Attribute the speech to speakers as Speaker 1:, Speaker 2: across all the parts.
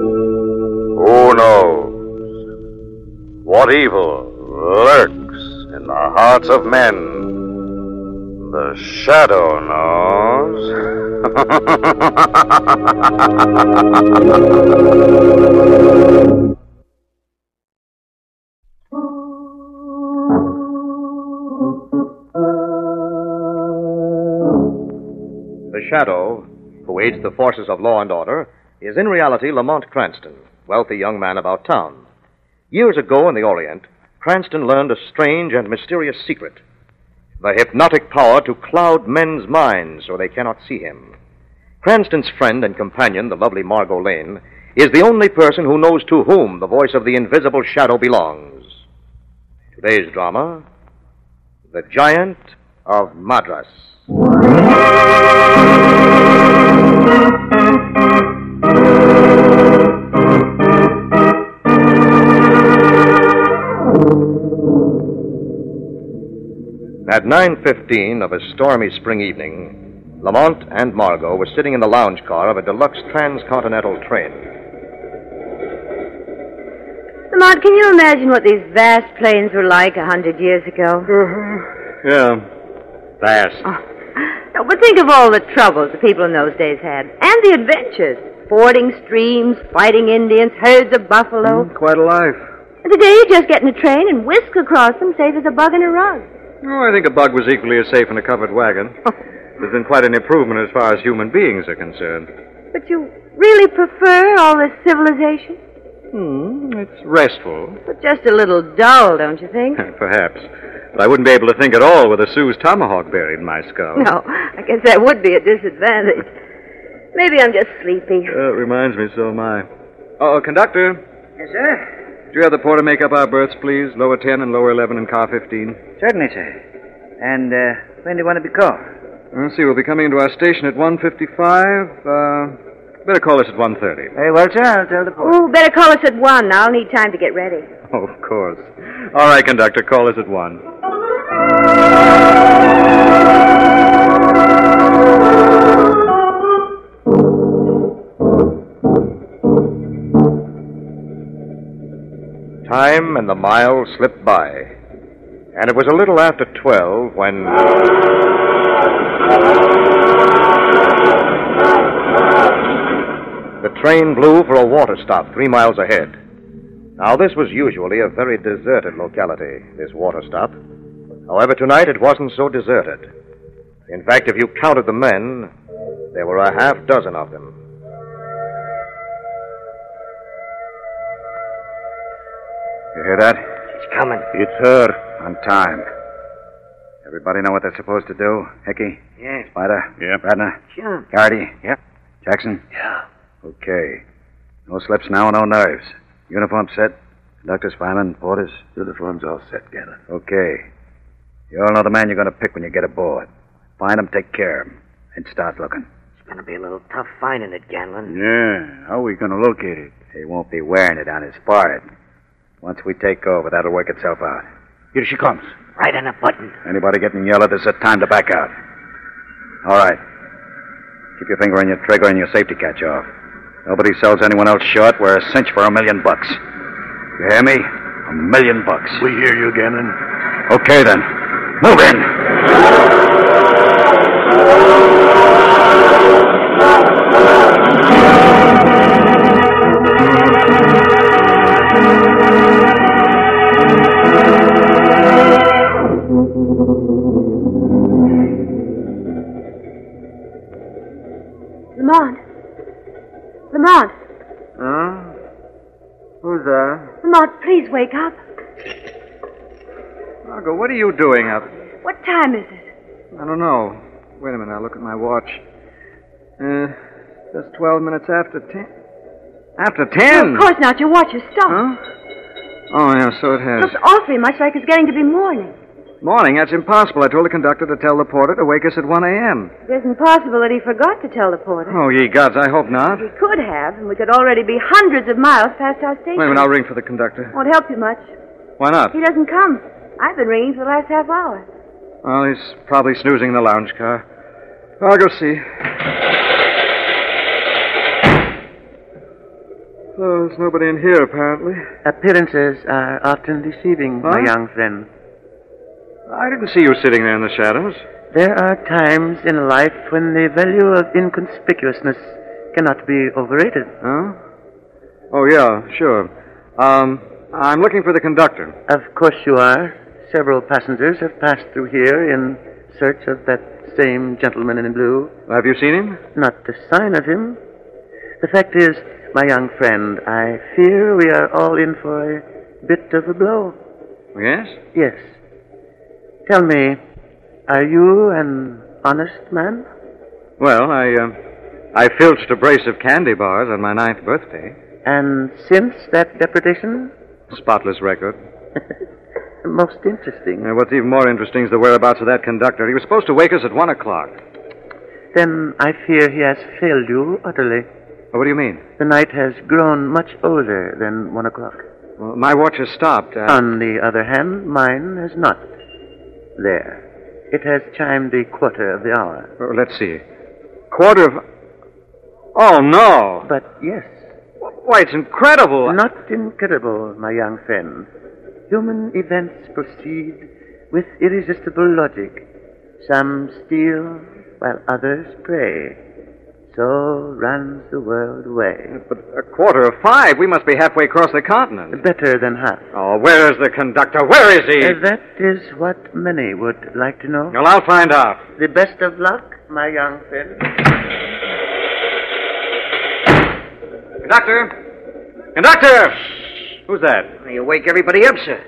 Speaker 1: Who knows what evil lurks in the hearts of men? The shadow knows.
Speaker 2: The shadow, who aids the forces of law and order, is in reality Lamont Cranston, wealthy young man about town. Years ago in the Orient, Cranston learned a strange and mysterious secret the hypnotic power to cloud men's minds so they cannot see him. Cranston's friend and companion, the lovely Margot Lane, is the only person who knows to whom the voice of the invisible shadow belongs. Today's drama The Giant of Madras. At 9:15 of a stormy spring evening, Lamont and Margot were sitting in the lounge car of a deluxe transcontinental train.
Speaker 3: Lamont, can you imagine what these vast plains were like a hundred years ago? Mm-hmm.
Speaker 2: Yeah. Fast.
Speaker 3: Uh-huh. No, but think of all the troubles the people in those days had, and the adventures. Fording streams, fighting Indians, herds of buffalo.
Speaker 2: Hmm, Quite a life.
Speaker 3: And Today you just get in a train and whisk across them safe as a bug in a rug.
Speaker 2: Oh, I think a bug was equally as safe in a covered wagon. There's been quite an improvement as far as human beings are concerned.
Speaker 3: But you really prefer all this civilization?
Speaker 2: Hmm, it's restful,
Speaker 3: But just a little dull, don't you think?
Speaker 2: perhaps. But I wouldn't be able to think at all with a Sioux's tomahawk buried in my skull.
Speaker 3: No, I guess that would be a disadvantage. Maybe I'm just sleepy.
Speaker 2: That Uh, reminds me, so am I. Oh, conductor,
Speaker 4: Yes, sir.
Speaker 2: do you have the porter make up our berths, please? Lower 10 and lower 11 and car 15.
Speaker 4: Certainly, sir. And uh, when do you want to be called?
Speaker 2: Let's see, we'll be coming into our station at 1.55. Uh, better call us at 1.30.
Speaker 4: Very well, sir. I'll tell the porter.
Speaker 3: Oh, better call us at one. I'll need time to get ready.
Speaker 2: Oh, of course. All right, conductor, call us at 1. Time and the mile slipped by, and it was a little after 12 when... The train blew for a water stop three miles ahead. Now, this was usually a very deserted locality, this water stop. However, tonight it wasn't so deserted. In fact, if you counted the men, there were a half dozen of them. You hear that? She's coming. It's her.
Speaker 5: On time. Everybody know what they're supposed to do? Hickey?
Speaker 4: Yes.
Speaker 5: Spider? Yeah. Radner?
Speaker 4: Sure.
Speaker 5: Gardy?
Speaker 4: Yep.
Speaker 5: Jackson?
Speaker 4: Yeah.
Speaker 5: Okay. No slips now, no nerves. Uniform set? Conductors, firemen, porters? Uniform's all set, Gannon. Okay. You all know the man you're going to pick when you get aboard. Find him, take care of him, and start looking.
Speaker 4: It's going to be a little tough finding it, Ganlon.
Speaker 5: Yeah. How are we going to locate it? He won't be wearing it on his forehead. Once we take over, that'll work itself out. Here she comes.
Speaker 4: Right on the button.
Speaker 5: Anybody getting yellow, there's a time to back out. All right. Keep your finger on your trigger and your safety catch off. Nobody sells anyone else short. We're a cinch for a million bucks. You hear me? A million bucks. We hear you, Gannon. Okay, then. Move in.
Speaker 3: Lamont. Lamont.
Speaker 4: Huh? Who's there?
Speaker 3: Lamont, please wake up.
Speaker 2: Margot, what are you doing up?
Speaker 3: What time is it?
Speaker 2: I don't know. Wait a minute, I'll look at my watch. Uh, just 12 minutes after 10. After 10?
Speaker 3: Of course not. Your watch is stopped.
Speaker 2: Huh? Oh, yeah, so it has.
Speaker 3: Looks awfully much like it's getting to be morning.
Speaker 2: Morning, that's impossible. I told the conductor to tell the porter to wake us at 1 a.m.
Speaker 3: It isn't possible that he forgot to tell the porter.
Speaker 2: Oh, ye gods, I hope not.
Speaker 3: He could have, and we could already be hundreds of miles past our station.
Speaker 2: Wait a minute, I'll ring for the conductor.
Speaker 3: Won't help you much.
Speaker 2: Why not?
Speaker 3: He doesn't come. I've been ringing for the last half hour.
Speaker 2: Well, he's probably snoozing in the lounge car. I'll go see. Oh, there's nobody in here, apparently.
Speaker 6: Appearances are often deceiving,
Speaker 2: Huh?
Speaker 6: my young friend.
Speaker 2: I didn't see you sitting there in the shadows.
Speaker 6: There are times in life when the value of inconspicuousness cannot be overrated.
Speaker 2: Huh? Oh, yeah, sure. Um, I'm looking for the conductor.
Speaker 6: Of course you are. Several passengers have passed through here in search of that same gentleman in blue.
Speaker 2: Have you seen him?
Speaker 6: Not a sign of him. The fact is, my young friend, I fear we are all in for a bit of a blow.
Speaker 2: Yes?
Speaker 6: Yes. Tell me, are you an honest man?
Speaker 2: Well, I, uh, I filched a brace of candy bars on my ninth birthday.
Speaker 6: And since that deportation?
Speaker 2: Spotless record.
Speaker 6: Most interesting.
Speaker 2: Uh, what's even more interesting is the whereabouts of that conductor. He was supposed to wake us at 1 o'clock.
Speaker 6: Then I fear he has failed you utterly.
Speaker 2: Oh, What do you mean?
Speaker 6: The night has grown much older than one o'clock.
Speaker 2: Well, my watch has stopped. Uh,
Speaker 6: On the other hand, mine has not. There. It has chimed the quarter of the hour.
Speaker 2: oh, let's see. Quarter of. Oh, no!
Speaker 6: But yes,
Speaker 2: Why, it's incredible!
Speaker 6: not incredible, my young friend. Human events proceed with irresistible logic. Some steal while others prey. So runs the world way.
Speaker 2: But a quarter of five. We must be halfway across the continent.
Speaker 6: Better than half.
Speaker 2: Oh, where is the conductor? Where is he?
Speaker 6: Uh, that is what many would like to know.
Speaker 2: Well, I'll find out.
Speaker 6: The best of luck, my young friend.
Speaker 2: Conductor? Conductor! Who's that?
Speaker 4: You wake everybody up, sir.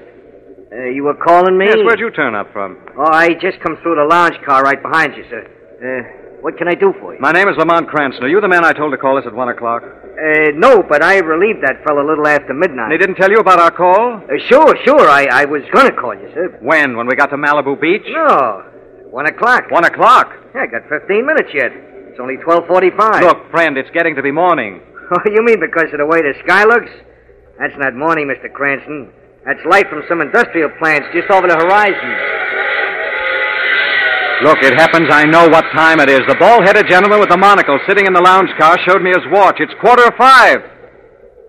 Speaker 4: Uh, you were calling me?
Speaker 2: Yes, where'd you turn up from?
Speaker 4: Oh, I just come through the lounge car right behind you, sir. Uh, what can I do for you?
Speaker 2: My name is Lamont Cranston. Are you the man I told to call us at one o'clock?
Speaker 4: Uh, no, but I relieved that fellow a little after
Speaker 2: And he
Speaker 4: midnight.
Speaker 2: didn't tell you about our call?
Speaker 4: Uh, sure, sure. I, I was going to call you, sir.
Speaker 2: When? When we got to Malibu Beach?
Speaker 4: No, one o'clock.
Speaker 2: One o'clock.
Speaker 4: Yeah, I got fifteen minutes yet. It's only twelve forty-five.
Speaker 2: Look, friend, it's getting to be morning.
Speaker 4: Oh, you mean because of the way the sky looks? That's not morning, Mr. Cranston. That's light from some industrial plants just over the horizon.
Speaker 2: Look, it happens I know what time it is. The bald headed gentleman with the monocle sitting in the lounge car showed me his watch. It's quarter of five.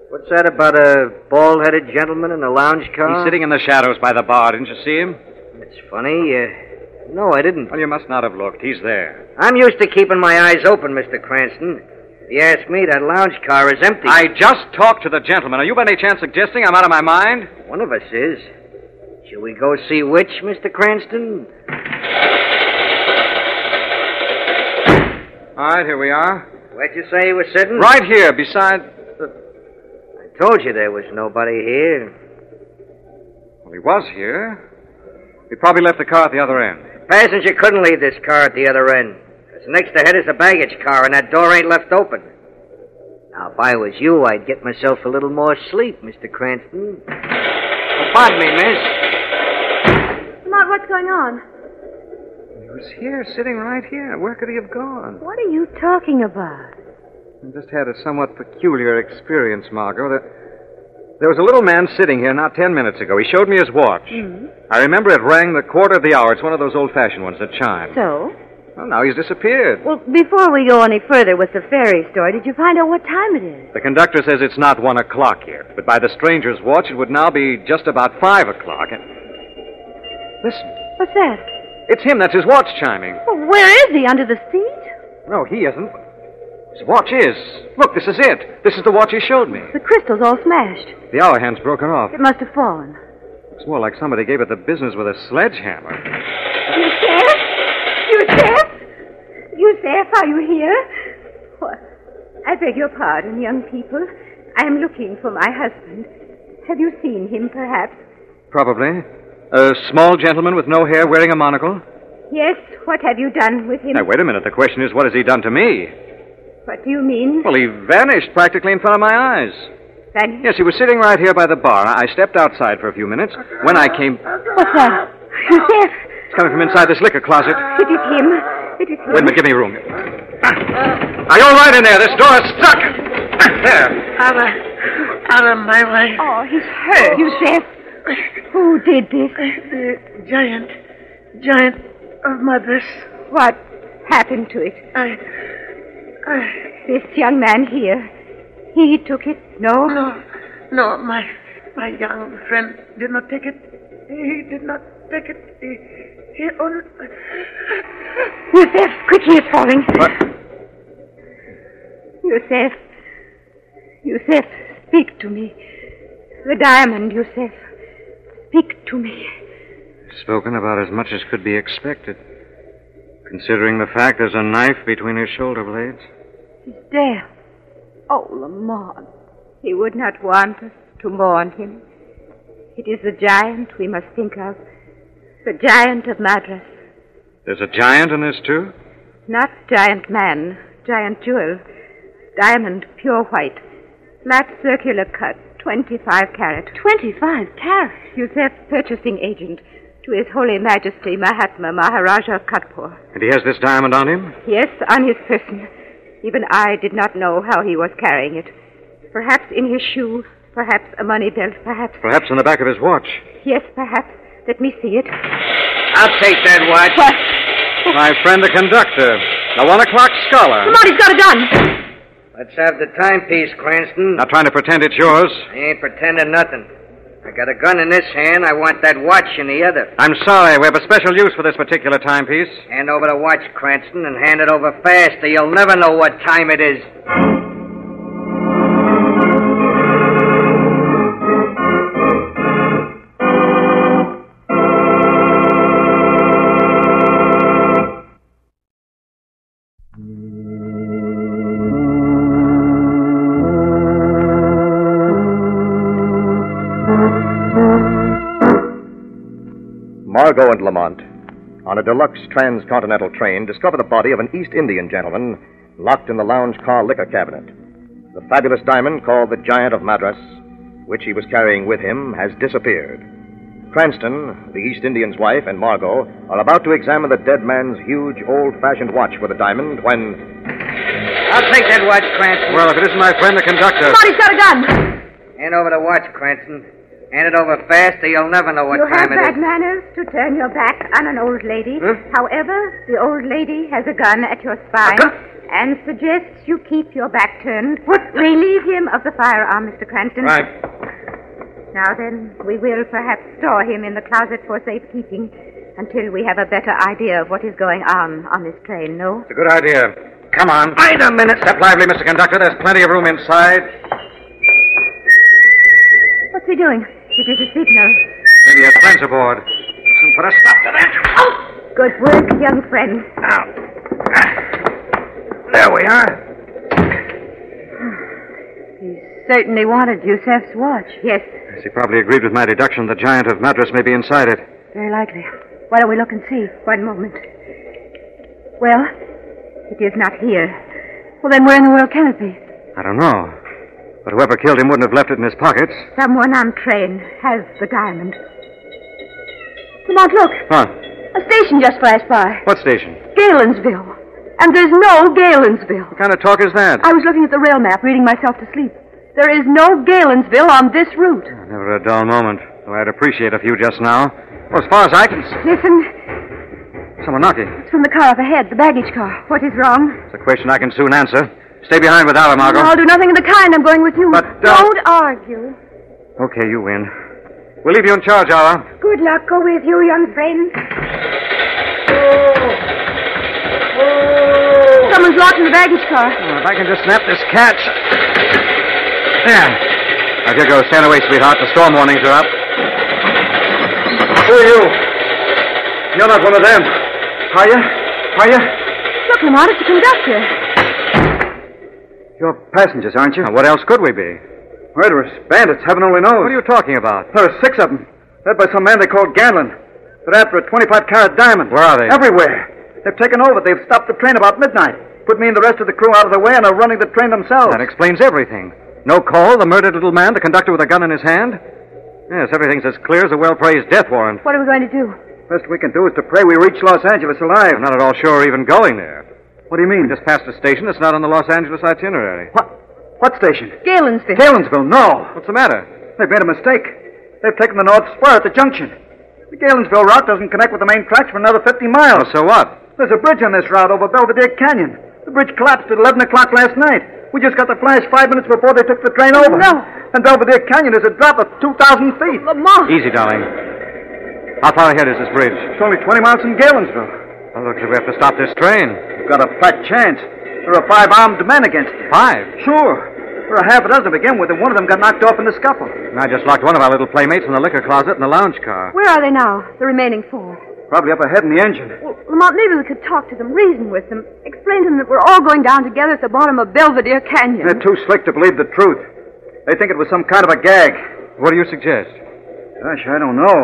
Speaker 4: What's that about a bald-headed gentleman in a lounge car?
Speaker 2: He's sitting in the shadows by the bar. Didn't you see him?
Speaker 4: It's funny. Uh, no, I didn't.
Speaker 2: Well, you must not have looked. He's there.
Speaker 4: I'm used to keeping my eyes open, Mr. Cranston. If you ask me, that lounge car is empty.
Speaker 2: I just talked to the gentleman. Are you by any chance suggesting I'm out of my mind?
Speaker 4: One of us is. Shall we go see which, Mr. Cranston?
Speaker 2: All right, here we are.
Speaker 4: Where'd you say you were sitting?
Speaker 2: Right here, beside. The...
Speaker 4: I told you there was nobody here.
Speaker 2: Well, he was here. He probably left the car at the other end.
Speaker 4: Passenger couldn't leave this car at the other end. 'cause next ahead is a baggage car, and that door ain't left open. Now, if I was you, I'd get myself a little more sleep, Mr. Cranston. Oh, pardon me, miss.
Speaker 3: Lamont, what's going on?
Speaker 2: He was here, sitting right here. Where could he have gone?
Speaker 3: What are you talking about?
Speaker 2: I just had a somewhat peculiar experience, Margot. There, there was a little man sitting here not ten minutes ago. He showed me his watch. I remember it rang the quarter of the hour. It's one of those old-fashioned ones that chime.
Speaker 3: So?
Speaker 2: Well, now he's disappeared.
Speaker 3: Well, before we go any further with the fairy story, did you find out what time it is?
Speaker 2: The conductor says it's not one o'clock here, but by the stranger's watch, it would now be just about five o'clock. And... Listen,
Speaker 3: What's that?
Speaker 2: it's him. That's his watch chiming.
Speaker 3: Well, where is he? Under the seat?
Speaker 2: No, he isn't. His watch is. Look, this is it. This is the watch he showed me.
Speaker 3: The crystal's all smashed.
Speaker 2: The hour hand's broken off.
Speaker 3: It must have fallen.
Speaker 2: It's more like somebody gave it the business with a sledgehammer.
Speaker 3: Yusef? Yusef? Yusef, are you here? What? I beg your pardon, young people. I am looking for my husband. Have you seen him, perhaps?
Speaker 2: Probably. A small gentleman with no hair wearing a monocle?
Speaker 3: Yes, what have you done with him?
Speaker 2: Now, wait a minute. The question is, what has he done to me?
Speaker 3: What do you mean?
Speaker 2: Well, he vanished practically in front of my eyes.
Speaker 3: Then
Speaker 2: Yes, he was sitting right here by the bar. I stepped outside for a few minutes. When I came, it's
Speaker 3: What's that? Joseph!
Speaker 2: coming from inside this liquor closet.
Speaker 3: It is him. It is him.
Speaker 2: Wait a minute, give me room. Are you all right in there? This door is stuck. There.
Speaker 6: Anna, Anna, my wife,
Speaker 3: Oh, he's hurt, Joseph. Who did this?
Speaker 6: the giant, giant of mothers.
Speaker 3: What happened to it?
Speaker 6: I, I,
Speaker 3: This young man here. He took it? No?
Speaker 6: No, no, my my young friend did not take it. He did not take it. He, he only.
Speaker 3: Joseph, quick, he is falling. Yusef. Yusef, speak to me. The diamond, Yusef. Speak to me.
Speaker 4: Spoken about as much as could be expected, considering the fact there's a knife between his shoulder blades.
Speaker 3: He's dead. Oh, Lamont. He would not want us to mourn him. It is the giant we must think of. The giant of Madras.
Speaker 4: There's a giant in this, too?
Speaker 3: Not giant man, giant jewel. Diamond, pure white. Flat circular cut, 25 carat. 25 carat? Yusef, purchasing agent to His Holy Majesty Mahatma Maharaja Katpur.
Speaker 4: And he has this diamond on him?
Speaker 3: Yes, on his person. Even I did not know how he was carrying it. Perhaps in his shoe, perhaps a money belt, perhaps.
Speaker 4: Perhaps in the back of his watch.
Speaker 3: Yes, perhaps. Let me see it.
Speaker 4: I'll take that watch.
Speaker 3: What?
Speaker 4: My friend, the conductor, the one o'clock scholar.
Speaker 3: Come on, he's got a gun.
Speaker 4: Let's have the timepiece, Cranston.
Speaker 2: Not trying to pretend it's yours.
Speaker 4: I ain't pretending nothing. I got a gun in this hand. I want that watch in the other.
Speaker 2: I'm sorry. We have a special use for this particular timepiece.
Speaker 4: Hand over the watch, Cranston, and hand it over fast, or you'll never know what time it is.
Speaker 7: Margot and Lamont, on a deluxe transcontinental train, discover the body of an East Indian gentleman locked in the lounge car liquor cabinet. The fabulous diamond called the Giant of Madras, which he was carrying with him, has disappeared. Cranston, the East Indian's wife, and Margot are about to examine the dead man's huge, old fashioned watch with a diamond when.
Speaker 4: I'll take that watch, Cranston.
Speaker 2: Well, if it isn't my friend, the conductor.
Speaker 3: Come on, he's got a gun.
Speaker 4: Hand over the watch, Cranston. Hand it over fast, or you'll never know what
Speaker 3: you have
Speaker 4: time it
Speaker 3: bad
Speaker 4: is. Hmm?
Speaker 3: manners to turn your back on an old lady.
Speaker 4: Huh?
Speaker 3: However, the old lady has a gun at your spine
Speaker 4: gun?
Speaker 3: and suggests you keep your back turned. What? Relieve him of the firearm, Mr. Cranston.
Speaker 4: Right.
Speaker 3: Now then, we will perhaps store him in the closet for safekeeping until we have a better idea of what is going on on this train, no?
Speaker 2: It's a good idea. Come on. Wait a minute. Step lively, Mr. Conductor. There's plenty of room inside.
Speaker 3: What's he doing? It is a signal.
Speaker 2: Maybe your friends aboard. Listen for a stop to that.
Speaker 3: Good work, young friend.
Speaker 2: Now. There we are.
Speaker 3: Certainly wanted Yusef's watch. Yes,
Speaker 2: Yes, he probably agreed with my deduction the giant of Madras may be inside it.
Speaker 3: Very likely. Why don't we look and see? One moment. Well, it is not here. Well, then where in the world can it be?
Speaker 2: I don't know. But whoever killed him wouldn't have left it in his pockets.
Speaker 3: Someone on train has the diamond. Lamont, look.
Speaker 2: Huh.
Speaker 3: A station just flashed by.
Speaker 2: What station?
Speaker 3: Galensville. And there's no Galensville.
Speaker 2: What kind of talk is that?
Speaker 3: I was looking at the rail map, reading myself to sleep. There is no Galensville on this route.
Speaker 2: Never a dull moment. Though I'd appreciate a few just now. Well, as far as I can see,
Speaker 3: Listen,
Speaker 2: someone knocking.
Speaker 3: it's from the car up ahead, the baggage car. What is wrong?
Speaker 2: It's a question I can soon answer. Stay behind with Ala, Margot.
Speaker 3: I'll do nothing of the kind. I'm going with you.
Speaker 2: But, uh,
Speaker 3: Don't argue.
Speaker 2: Okay, you win. We'll leave you in charge, Ala.
Speaker 3: Good luck go with you, young friend. Someone's locked in the baggage car.
Speaker 2: If I can just snap this catch. There. Now, here goes. Stand away, sweetheart. The storm warnings are up. Who are you? You're not one of them. Are you? Are you?
Speaker 3: Look, Lamont, it's the conductor.
Speaker 2: You're passengers, aren't you? what else could we be? Murderers, bandits, heaven only knows. What are you talking about? There are six of them, led by some man they call Ganlon. They're after a 25 carat diamond. Where are they?
Speaker 8: Everywhere. They've taken over. They've stopped the train about midnight. Put me and the rest of the crew out of the way and are running the train themselves.
Speaker 2: That explains everything. No call, the murdered little man, the conductor with a gun in his hand. Yes, everything's as clear as a well praised death warrant.
Speaker 3: What are we going to do?
Speaker 9: Best we can do is to pray we reach Los Angeles alive.
Speaker 2: I'm not at all sure even going there.
Speaker 9: What do you mean?
Speaker 2: Just past the station, it's not on the Los Angeles itinerary.
Speaker 9: What? What station?
Speaker 3: Galensville.
Speaker 9: Galensville. No,
Speaker 2: What's the matter?
Speaker 9: they've made a mistake. They've taken the North Spur at the junction. The Galensville route doesn't connect with the main tracks for another 50 miles.
Speaker 2: Oh, so what?
Speaker 9: There's a bridge on this route over Belvedere Canyon. The bridge collapsed at 11 o'clock last night. We just got the flash five minutes before they took the train over.
Speaker 3: no.
Speaker 9: And Belvedere Canyon is a drop of 2,000 feet.
Speaker 3: Lamont.
Speaker 2: Easy, darling. How far ahead is this bridge?
Speaker 9: It's only 20 miles from Galensville.
Speaker 2: Well, looks like we have to stop this train.
Speaker 9: We've got a fat chance. There are five armed men against us.
Speaker 2: Five.
Speaker 9: Sure. There are half a dozen to begin with, and one of them got knocked off in the scuffle.
Speaker 2: And I just locked one of our little playmates in the liquor closet in the lounge car.
Speaker 3: Where are they now, the remaining four?
Speaker 9: Probably up ahead in the engine.
Speaker 3: Well, Lamont, maybe we could talk to them, reason with them, explain to them that we're all going down together at the bottom of Belvedere Canyon.
Speaker 9: They're too slick to believe the truth. They think it was some kind of a gag.
Speaker 2: What do you suggest?
Speaker 9: Gosh, I don't know.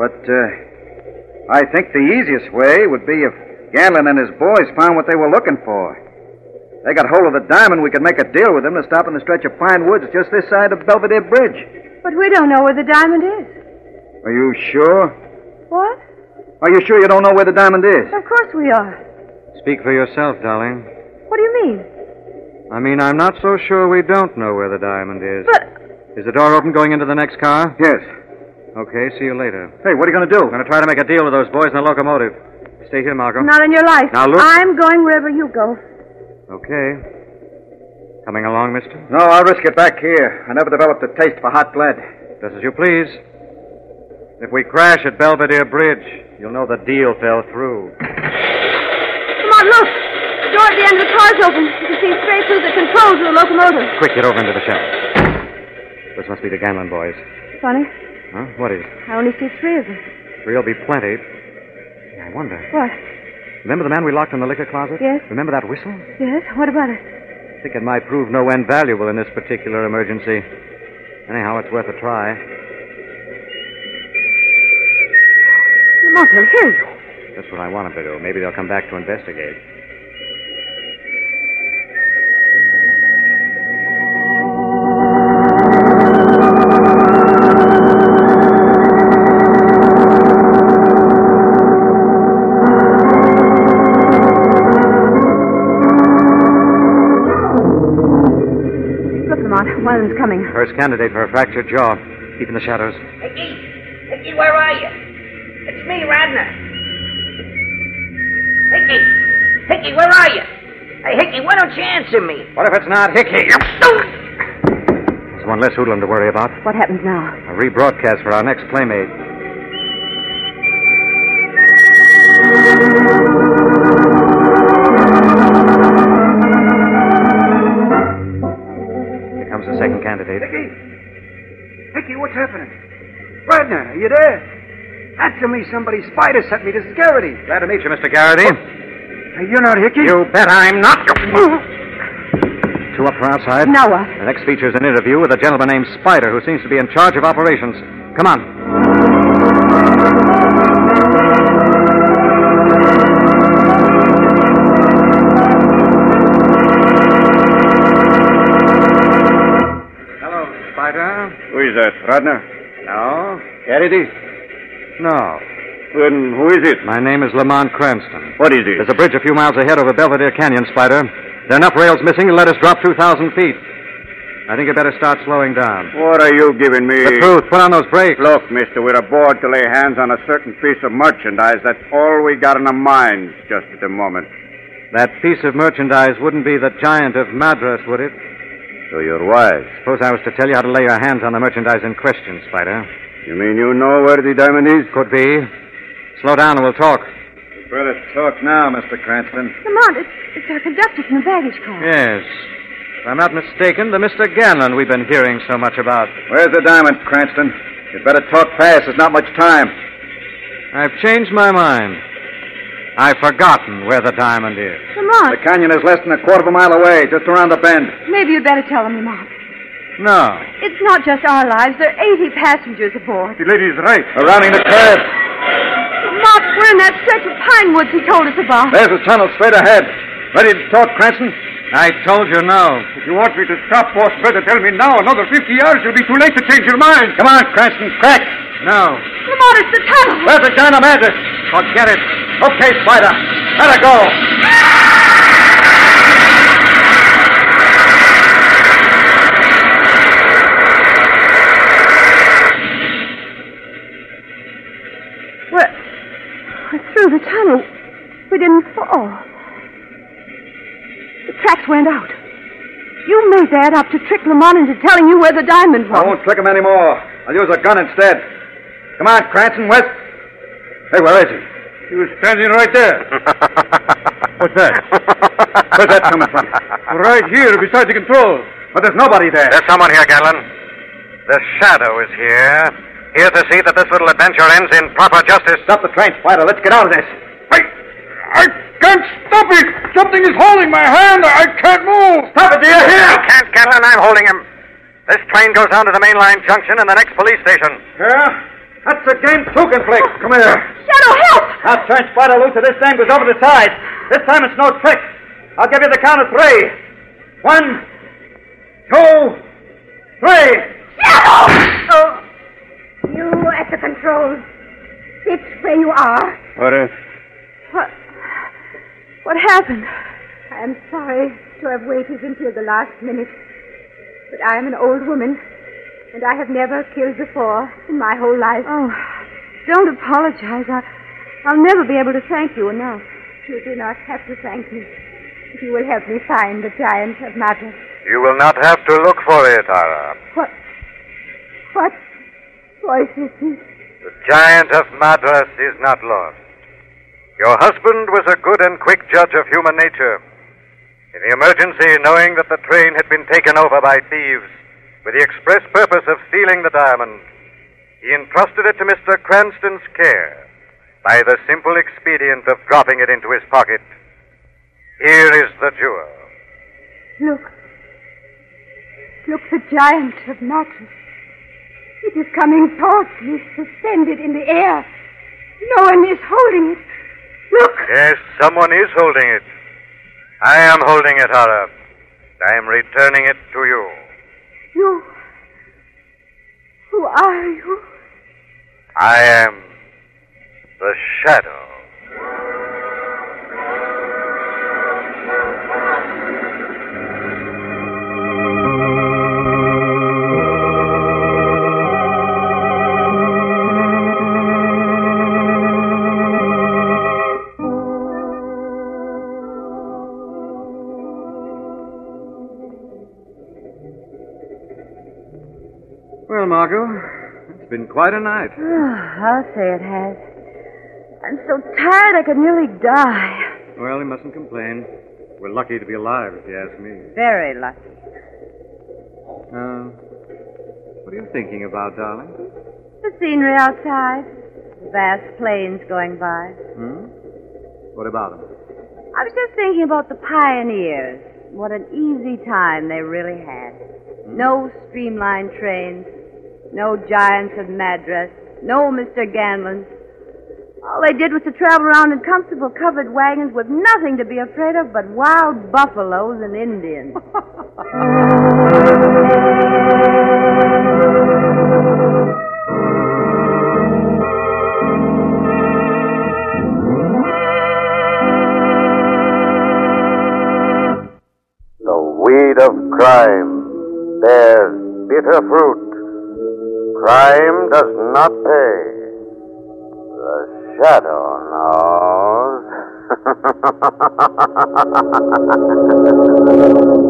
Speaker 9: But uh, I think the easiest way would be if Ganlon and his boys found what they were looking for. They got hold of the diamond, we could make a deal with them to stop in the stretch of pine woods just this side of Belvedere Bridge.
Speaker 3: But we don't know where the diamond is.
Speaker 9: Are you sure?
Speaker 3: What?
Speaker 9: Are you sure you don't know where the diamond is?
Speaker 3: Of course we are.
Speaker 2: Speak for yourself, darling.
Speaker 3: What do you mean?
Speaker 2: I mean, I'm not so sure we don't know where the diamond is.
Speaker 3: But
Speaker 2: Is the door open going into the next car?
Speaker 9: Yes.
Speaker 2: Okay, see you later.
Speaker 9: Hey, what are you going to do?
Speaker 2: I'm going to try to make a deal with those boys in the locomotive. Stay here, Margot.
Speaker 3: not in your life.
Speaker 2: Now, look-
Speaker 3: I'm going wherever you go.
Speaker 2: Okay. Coming along, mister?
Speaker 9: No, I'll risk it back here. I never developed a taste for hot lead.
Speaker 2: Just as you please. If we crash at Belvedere Bridge, you'll know the deal fell through.
Speaker 3: Come on, look. The door at the end of the car's open. You can see straight through the controls of the locomotive.
Speaker 2: Quick, get over into the shop. Those must be the Ganlon boys.
Speaker 3: Funny,
Speaker 2: Huh? What is?
Speaker 3: I only see three of them.
Speaker 2: Three'll be plenty. Yeah, I wonder.
Speaker 3: What?
Speaker 2: Remember the man we locked in the liquor closet?
Speaker 3: Yes.
Speaker 2: Remember that whistle?
Speaker 3: Yes? What about it?
Speaker 2: I think it might prove no end valuable in this particular emergency. Anyhow, it's worth a try.
Speaker 3: Lamont, they'll hear you.
Speaker 2: That's what I want 'em to do. Maybe they'll come back to investigate.
Speaker 3: Look, Lamont, one of them's coming.
Speaker 2: First candidate for a fractured jaw. Keep in the shadows.
Speaker 4: Nicky! Nicky, where are you? It's me, Radner. Hickey! Hickey, where are you? Hey, Hickey, why don't you answer me?
Speaker 2: What if it's not Hickey? There's one less hoodlum to worry about.
Speaker 3: What happens now?
Speaker 2: A rebroadcast for our next playmate. Here comes the second candidate.
Speaker 9: Hickey! Hickey, what's happening? Radner, are you there? Answer me, somebody. Spider sent me. This is Garrity.
Speaker 2: Glad to meet you, Mr. Garrity.
Speaker 9: Hey, you're not Hickey?
Speaker 2: You bet I'm not. Two up for outside.
Speaker 3: Now what?
Speaker 2: The next feature is an interview with a gentleman named Spider who seems to be in charge of operations. Come on. Hello, Spider.
Speaker 1: Who is that, Radner?
Speaker 2: No.
Speaker 1: Garrity?
Speaker 2: No.
Speaker 1: Then who is it?
Speaker 2: My name is Lamont Cranston.
Speaker 1: What is it?
Speaker 2: There's a bridge a few miles ahead over Belvedere Canyon, Spider. There are enough rails missing to let us drop 2,000 feet. I think you better start slowing down.
Speaker 1: What are you giving me?
Speaker 2: The truth. Put on those brakes.
Speaker 1: Look, mister, we're aboard to lay hands on a certain piece of merchandise. That's all we got in our minds just at the moment.
Speaker 2: That piece of merchandise wouldn't be the giant of Madras, would it?
Speaker 1: So you're wise.
Speaker 2: Suppose I was to tell you how to lay your hands on the merchandise in question, Spider.
Speaker 1: You mean you know where the diamond is?
Speaker 2: Could be. Slow down and we'll talk.
Speaker 1: Better talk now, Mr. Cranston.
Speaker 3: Lamont, it's, it's our conductor from the baggage car.
Speaker 2: Yes. If I'm not mistaken, the Mr. Ganlon we've been hearing so much about.
Speaker 1: Where's the diamond, Cranston? You'd better talk fast. There's not much time.
Speaker 2: I've changed my mind. I've forgotten where the diamond is.
Speaker 3: Lamont,
Speaker 1: The canyon is less than a quarter of a mile away, just around the bend.
Speaker 3: maybe you'd better tell them, Lamont.
Speaker 2: No.
Speaker 3: It's not just our lives. There are 80 passengers aboard.
Speaker 1: The lady's right. We're rounding the curve.
Speaker 3: Lamont, we're in that stretch of pine woods he told us about.
Speaker 1: There's the tunnel straight ahead. Ready to talk, Cranston?
Speaker 2: I told you no.
Speaker 10: If you want me to stop, boss, better tell me now. Another 50 yards, you'll be too late to change your mind.
Speaker 2: Come on, Cranston, crack.
Speaker 10: No.
Speaker 3: Lamont, it's the tunnel.
Speaker 2: Where's the dynamantis?
Speaker 10: Forget it.
Speaker 2: Okay, Spider. Let her go.
Speaker 3: We're, we're through the tunnel. We didn't fall. The tracks went out. You made that up to trick Lamont into telling you where the diamond
Speaker 2: I
Speaker 3: was.
Speaker 2: won't trick him anymore. I'll use a gun instead. Come on, Cranston, West. Hey, where is he?
Speaker 10: He was standing right there.
Speaker 2: What's that? Where's that coming from?
Speaker 10: Right here, beside the control.
Speaker 2: But there's nobody there.
Speaker 1: There's someone here, Gatlin. The shadow is here. Here to see that this little adventure ends in proper justice.
Speaker 2: Stop the train, Spider. Let's get out of this.
Speaker 10: I, I can't stop it. Something is holding my hand. I can't move.
Speaker 2: Stop it, do you
Speaker 1: I
Speaker 2: hear?
Speaker 1: can't, Gatlin. I'm holding him. This train goes down to the main line junction and the next police station.
Speaker 2: Yeah? That's a game two can play. Come here.
Speaker 3: Shadow, help!
Speaker 2: I'll turn Spider loose and this time goes over the side. This time it's no trick. I'll give you the count of three. One, two, three. Uh.
Speaker 3: Shadow! Oh, you at the controls. Sit where you are.
Speaker 11: What if?
Speaker 3: What? What happened? I am sorry to have waited until the last minute, but I am an old woman, and I have never killed before in my whole life. Oh, don't apologize. I, I'll never be able to thank you enough. You do not have to thank me. If you will help me find the giant of matter.
Speaker 1: You will not have to look for it, Ara.
Speaker 3: What? What voice is this?
Speaker 1: The giant of Madras is not lost. Your husband was a good and quick judge of human nature. In the emergency, knowing that the train had been taken over by thieves with the express purpose of stealing the diamond, he entrusted it to Mr. Cranston's care by the simple expedient of dropping it into his pocket. Here is the jewel.
Speaker 3: Look. Look, the giant of matter. It is coming towards me, suspended in the air. No one is holding it. Look,
Speaker 1: Yes, someone is holding it. I am holding it, Ara. I am returning it to you.
Speaker 3: you. Who are you?
Speaker 1: I am the shadow.
Speaker 2: Well, Margot, it's been quite a night.
Speaker 3: I'll say it has. I'm so tired I could nearly die.
Speaker 2: Well, you mustn't complain. We're lucky to be alive, if you ask me.
Speaker 12: Very lucky.
Speaker 2: Uh, what are you thinking about, darling?
Speaker 12: The scenery outside, the vast plains going by.
Speaker 2: Hmm? What about them?
Speaker 12: I was just thinking about the pioneers. What an easy time they really had. No streamlined trains, no giants of Madras, no Mr. Ganlon. All they did was to travel around in comfortable covered wagons with nothing to be afraid of but wild buffaloes and Indians.
Speaker 1: The weed of crime bears bitter fruit. Crime does not pay. The shadow knows.